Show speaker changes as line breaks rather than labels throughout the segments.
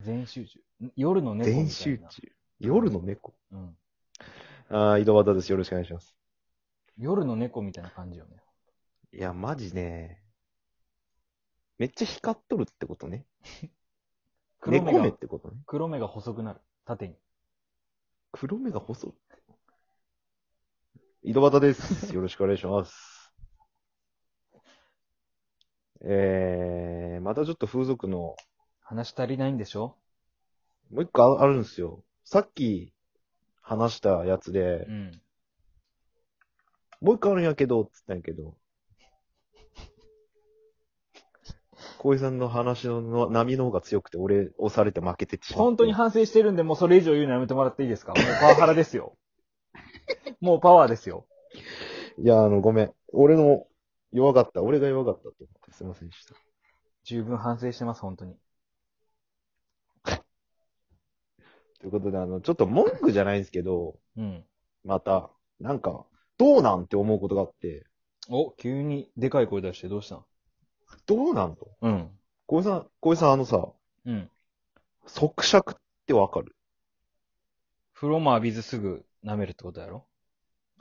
全集中。ん夜の猫みたいな。
全集中。夜の猫。
うん。
ああ、井戸端です。よろしくお願いします。
夜の猫みたいな感じよね。
いや、マジね。めっちゃ光っとるってことね。
黒目
猫目っ
が、
てことね。
黒目が細くなる。縦に。
黒目が細い。井戸端です。よろしくお願いし ます。えー、またちょっと風俗の、
話足りないんでしょ
もう一個ああるんですよ。さっき話したやつで
う、ん。
もう一個あるんやけど、つったんやけど。小井さんの話のの波の方が強くて、俺押されて負けてってしまって
本当に反省してるんで、もうそれ以上言うのやめてもらっていい ですかもうパワハラですよ。もうパワーですよ。
いや、あの、ごめん。俺の弱かった。俺が弱かったと思って、すいませんでした。
十分反省してます、本当に。
ということで、あの、ちょっと文句じゃないんですけど、
うん。
また、なんか、どうなんって思うことがあって、
お、急にでかい声出してどうしたん
どうなんと。
うん。
小井さん、小井さん、あのさ、
うん。
即尺ってわかる
風呂も浴びずすぐ舐めるってことやろ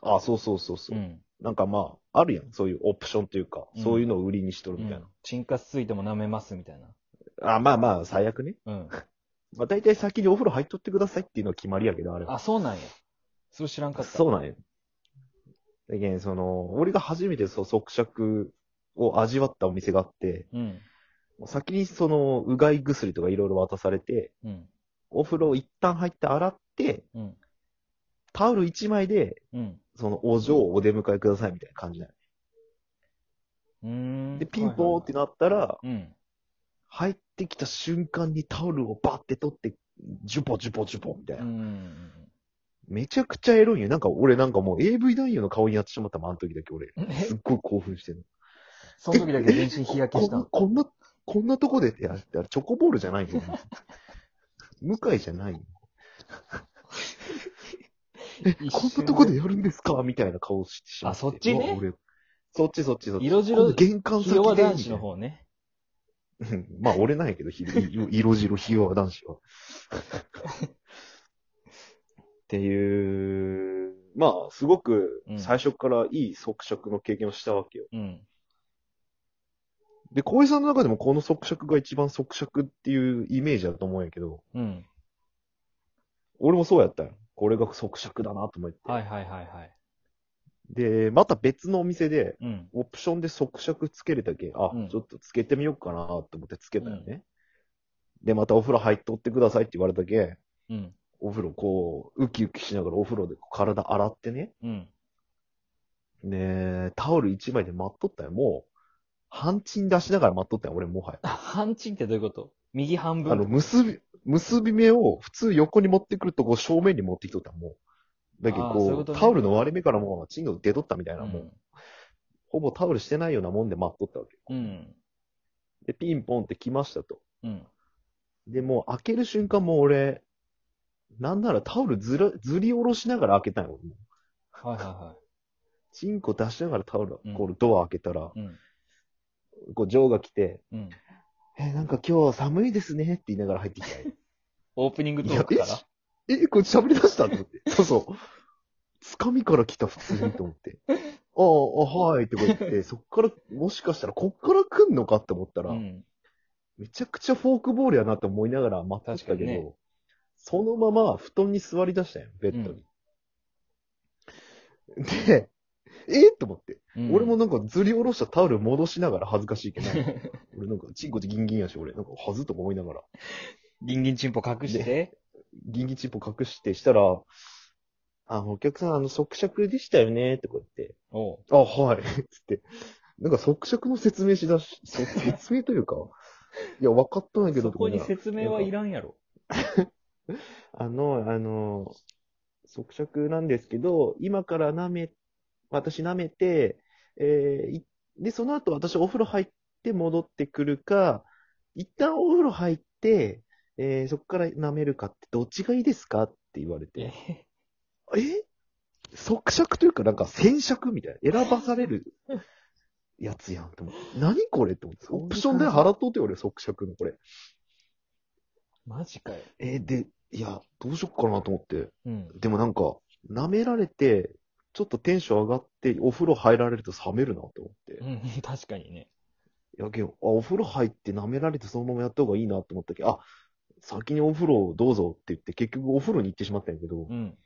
あ、そうそうそうそう。
ん。
なんかまあ、あるやん。そういうオプションというか、
うん
そういうのを売りにしとる
う
みたい
ん。沈活ついても舐めます、みたいな。
な。あ、まあまあ、最悪ね。
うん。
まあ、大体先にお風呂入っとってくださいっていうのは決まりやけど、あれは。
あ、そうなんや。それ知らんかった。
そうなんや。だけん、その、俺が初めてそう即尺を味わったお店があって、
うん。
先にその、うがい薬とかいろいろ渡されて、
うん。
お風呂一旦入って洗って、
うん。
タオル一枚で、
うん。
その、お嬢をお出迎えくださいみたいな感じなの。
うーん。
で、ピンポーンって
な。
なったら、
うん。
入ってきた瞬間にタオルをバッて取って、ジュポジュポジュポみたいうな。
ん。
めちゃくちゃエロいよ。なんか俺なんかもう AV 男優の顔になってしまったもん、あの時だけ俺。
え
すっごい興奮してる。
その時だけ全身日焼けし
こ
た。
こんな、こんなとこでって、あれあれチョコボールじゃないよ。 向井じゃないよ。こんなとこでやるんですかみたいな顔してしまって。
あそっちね
うわ俺そっちそっちそっち。
色白
今度玄関
ひ
先で。
弱男子の方ね。
みたいな。うんまあ俺なんやけど、ひ色 色白、ひ弱男子は。っていう、まあすごく
うん
最初からいい即食の経験をしたわけよ。
うん。
で、小井さんの中でもこの即食が一番即食っていうイメージだと思うんやけど、
うん。
俺もそうやったよ。これが即尺だなと思って。
はいはいはいはい。
で、また別のお店で、
うん。
オプションで即尺つけれたけん、あ、
うん
ちょっとつけてみようかなと思ってつけたよね。で、またお風呂入っとってくださいって言われたけん、
うん。
お風呂こう、ウキウキしながらお風呂で体洗ってね。
うん。
ねタオル一枚で待っとったよ。もう、半賃出しながら待っとったよ、俺もはや。
あ半チンってどういうこと右半
あの、
分。
結び、結び目を普通横に持ってくるとこう正面に持ってきとったよもう。だけど
あー
こ
そう
う
いうことね
タオルの割れ目からもう、チンが出とったみたいうな、もう。
ん。
ほぼタオルしてないようなもんで待っとったわけ。
うん。
で、ピンポンって来ましたと。
うん。
で、もう開ける瞬間もう俺、なんならタオルずら、ずり下ろしながら開けたんよ。もう
はいは
チンコ出しながらタオル
うん、
こうドア開けたら、
いはい。うん。
こう、ジョーが来て、
うん。
え、なんか今日寒いですねって言いながら入ってきたんよ。
オープニングト
い
ー
や
クから。
えしえ、これ喋り出したと思って。そうそう。つかみから来た普通にと思って。ああ、あ、はいってこう言って、そっから、もしかしたらこっから来んのかって思ったら、
うん。
めちゃくちゃフォークボールやなって思いながら待って
確
たけど、
かにね
そのまま布団に座り出したんよ、ベッドに。で、えっと思って、
うん
俺も。なんかずり下ろしたタオル戻しながら恥ずかしいけど、俺なんかチンコってギンギンやし、俺なんかはずっとか思いながら、
ギンギンチンポ隠して。
ギンギンチンポ隠してしたら、あの、お客さん、あの、即尺でしたよね、ってこうやって、
おう。
あ、はい、つって、なんか即尺の説明しだし、せ説明というか、いや、分かったんやけ
そ
どって思
こ
いな
に
がら
説明はいらんやろ。
あの、あの、即食なんですけど、今から舐め、私舐めて、えーいで、その後私お風呂入って戻ってくるか、一旦お風呂入って、えーそこから舐めるかって、どっちがいいですかって言われ
え
て、え即尺というか、なんか選尺みたいな。選ばされ るやつやんと思って。何これって思って。
そういう
オ
感
プ
じ
ションで払っとってよ俺、即尺のこれ。
マジかよ。
えーで、いや、どうしよっかなと思って。
うん。
でもなんか、舐められて、ちょっとテンション上がって、お風呂入られると冷めるなと思って。
うん、確かにね。
やけん、あ、お風呂入って舐められてそのままやった方がいいなと思ったけど、あ、先にお風呂をどうぞって言って、結局お風呂に行ってしまったんやけど
う、ん。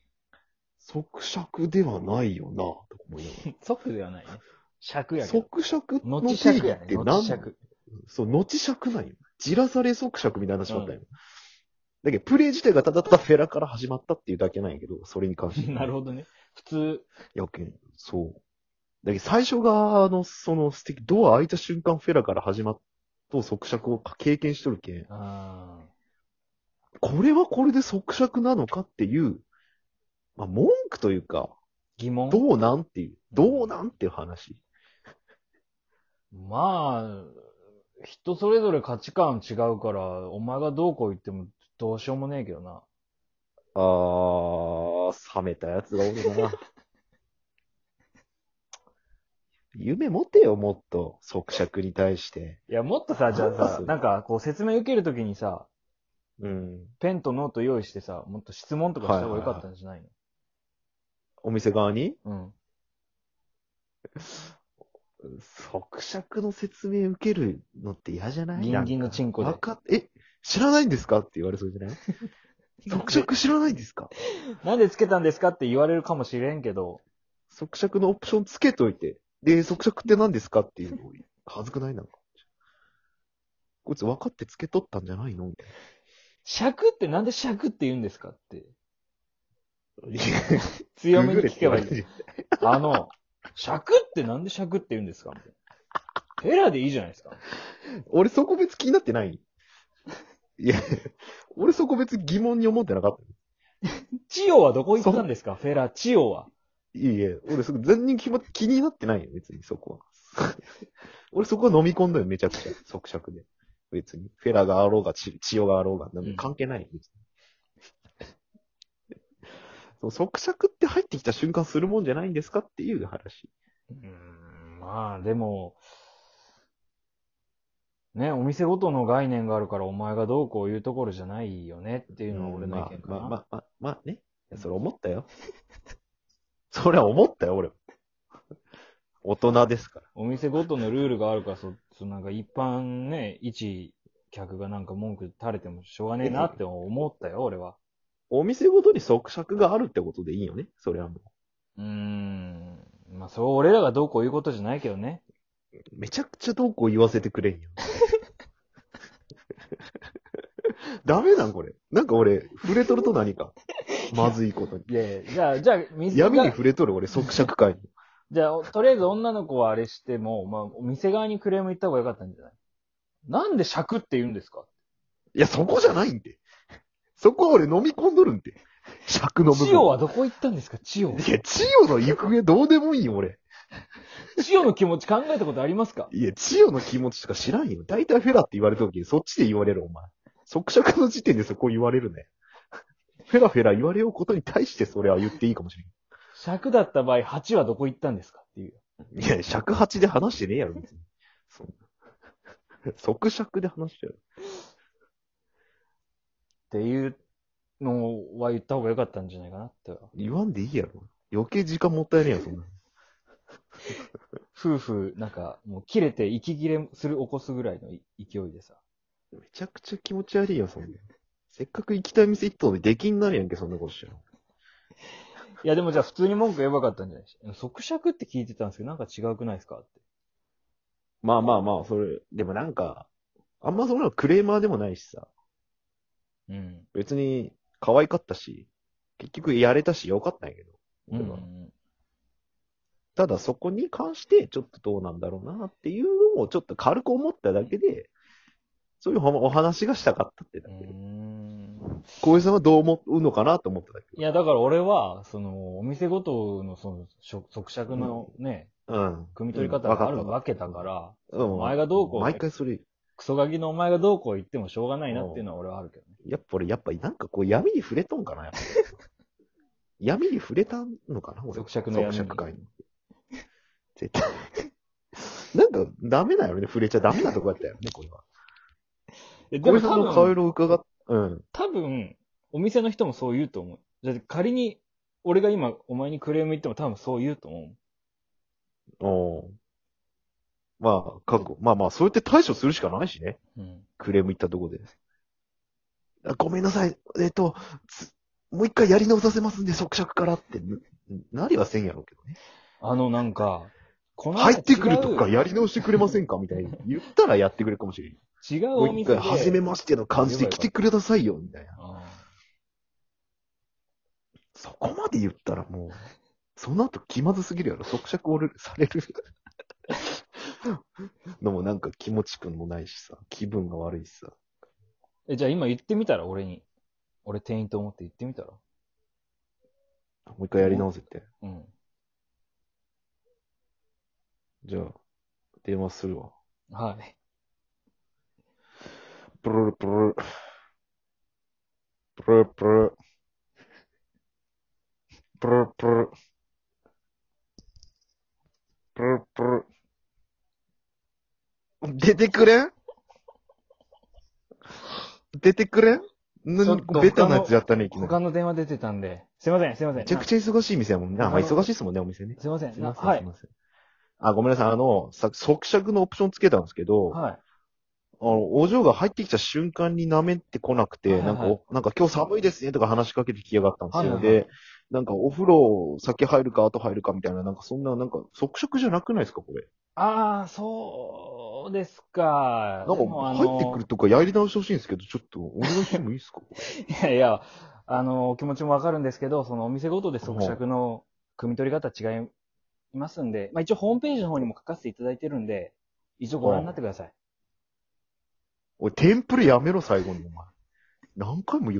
即尺ではないよな、と思いなが
即ではないね。尺
ら。
やけど。
即尺の
後
定
尺
義
や
っ
ね。
て
後
何
尺。
そう、後尺なんよ。じらされ即尺みたいな話だったんよ。だけど、プレイ自体がただただフェラから始まったっていうだけなんやけど、それに関し て。
なるほどね。普通、
やけん、そう。だけど最初が、あの、その、素敵、ドア開いた瞬間フェラから始まっと即尺を経験しとるけん、
あ
これはこれで即尺なのかっていう、まあ、文句というか、
ー疑問
どうなんっていう、どうなんっていう話。
まあ、人それぞれ価値観違うから、お前がどうこう言ってもどうしようもねえけどな。
あー、冷めたやつがおるな。 夢持てよ、もっと。即尺に対して。
いや、もっとさ、じゃあ
そう
さ
そ、う
なんかこう説明受けるときにさ、
うん。
ペンとノート用意してさ、もっと質問とかした方がよかったんじゃないの、
お店側に
うん。
即尺の説明受けるのって嫌じゃない
ギンギンのチンコで
なんかわかっえ、知らないんですかって言われそうじゃない即尺知らないんですか
なんでつけたんですかって言われるかもしれんけど、
即尺のオプションつけといて。で、即尺って何ですかっていうのを、恥ずくないなんか。こいつ分かってつけとったんじゃないのみたい
尺ってなんで尺って言うんですかって、
な。
強めに聞けばいい。
い。
あの、尺ってなんで尺って言うんですかみたいな。ヘラでいいじゃないですか。
俺そこ別気になってないいや、俺そこ別疑問に思ってなかった。
チヨはどこ行ったんですかフェラ、チヨは。
いえいえ、俺そこ全然気も気になってないよ、別にそこは。 俺そこは飲み込んだよ、めちゃくちゃ。即尺で。別に。フェラがあろうが、ち千代があろうが、なん
う
で
ん
関係ないよ、別に。 そう即尺って入ってきた瞬間するもんじゃないんですかっていう話。
うーんまあ、でも、ね、お店ごとの概念があるから、お前がどうこう言うところじゃないよねっていうのは俺の意見かな。
まあまあまあ、まあね。いやそれ思った よ。それは思ったよ、俺も。大人ですから。
お店ごとのルールがあるから、そ、そなんか一般ね、一客がなんか文句垂れてもしょうがねえなって思ったよ、俺は。
お店ごとに即尺があるってことでいいよね、それはも
うーん。まあ、そう俺らがどうこう言うことじゃないけどね。
う。めちゃくちゃどうこう言わせてくれんよ。ダメなんこれ。なんか俺、触れとると何か。まずいことに。
いやいや、じゃあ、じゃあ、水が
闇に触れとる俺、即尺会に。
じゃあ、とりあえず女の子はあれしても、まあ、お店側にクレーム行った方がよかったんじゃないなんで尺って言うんですか
いや、そこじゃないんで。そこは俺飲み込んどるんで。尺の部分。
千代はどこ行ったんですか千代。
いや、千代の行方どうでもいいよ、俺。
千代の気持ち考えたことありますか
いや、千代の気持ちとか知らんよ。大体フェラって言われた時にそっちで言われる、お前。即尺の時点でそこ言われるね。フェラフェラ言われようことに対してそれは言っていいかもし
尺だった場合、8はどこ行ったんですかっていう。
れん。いや、尺八で話してねえやろ、別に。そんな。即尺で話してる。
っていうのは言った方がよかったんじゃないかなって。
言わんでいいやろ。余計時間もったいねえやろ、そんな。
夫婦、なんか、もう切れて息切れする起こすぐらいの勢いでさ。
めちゃくちゃ気持ち悪いやん、そんな。せっかく行きたい店行ったのに出禁になるやんけ、そんなことしたら。
いや、でもじゃあ普通に文句言えばよかったんじゃないし。即尺って聞いてたんですけど、なんか違くないですかって。
まあまあまあ、それ、でもなんか、あんまそんなのクレーマーでもないしさ、
うん。
別に可愛かったし、結局やれたしよかったんやけど、
う
俺は
ん。
ただそこに関してちょっとどうなんだろうなっていうのをちょっと軽く思っただけで、そういうお話がしたかったってだ
う
けで、
ん。
小江さんはどう思うのかなと思っただけ。
いや、だから俺は、その、お店ごとの、その、食即尺のね、
うん。
汲み取り方
うん
が
わか
あ
った
るわけだから、
うん
お前がどうこう
毎回それ、
クソガキのお前がどうこう言ってもしょうがないなっていうのは俺はあるけどね。
やっぱ俺、やっぱりなんかこう闇に触れとん かな、やっぱ闇に触れたのかな、俺。
即尺の闇に
即尺会に。絶対。 なんかダメだよね、触れちゃダメなとこだったよね、これは。
えで
小
も
江さんの
多
顔
分、
色を伺っ、うん。
多分、お店の人もそう言うと思う。だって仮に、俺が今、お前にクレーム言っても多分そう言うと思う。
おーまあ、過去。まあまあ、そうやって対処するしかないしね。
うん。
クレーム行ったとこで。あごめんなさい。えっ、と、つもう一回やり直させますんで、即尺からって。ぬなりはせんやろうけどね。
あの、なんか、この間
入ってくるとか
違う
やり直してくれませんかみたいな。言ったらやってくれるかもしれん。
違う
も
お
う一
店
回、
で。
はじめましての感じで来てくれなさいよ、みたいな。
あ
そこまで言ったらもう、その後気まずすぎるやろ。即尺折れされる のもなんか気持ちくもないしさ、気分が悪いしさ。
ーえ、じゃあ今言ってみたら、俺に。俺店員と思って言ってみたら。
もう一回やり直せって。
うん。
じゃあ、電話するわ。
はい。
プルルプルル。プルルプルル。プルルプルル。プルルプルル。出てくれん出てくれん
ちょ
な
っと
ベタなやつやったね、いきなり。
他の電話出てたんで。すいません、すいません。
めちゃくちゃ忙しい店やもんね。あまあ、忙しいですもんね、お店ね。
すいませ
す
ん。
い
な
ません、
は
すい
い。
ません。あ、ごめんなさい。あの、さ即尺のオプションつけたんですけど、
はい。
あの、お嬢が入ってきた瞬間に舐めてこなくて、
はいはい
なんかお、なんか今日寒いですねとか話しかけてきやがったんですよ。
はいはいはい
で、なんかお風呂先入るか後入るかみたいな、なんかそんな、なんか即食じゃなくないですか、これ。
ああ、そうですか。
なん
でもあ
か
の
入ってくるとかやり直してほしいんですけど、ちょっとお願いしてもいいですか
い やいや、あの、お気持ちもわかるんですけど、そのお店ごとで即尺の組み取り方違いますんで、まあ一応ホームページの方にも書かせていただいてるんで、一応ご覧になってください。
おい、テンプレやめろ、最後に、お前。何回も言っ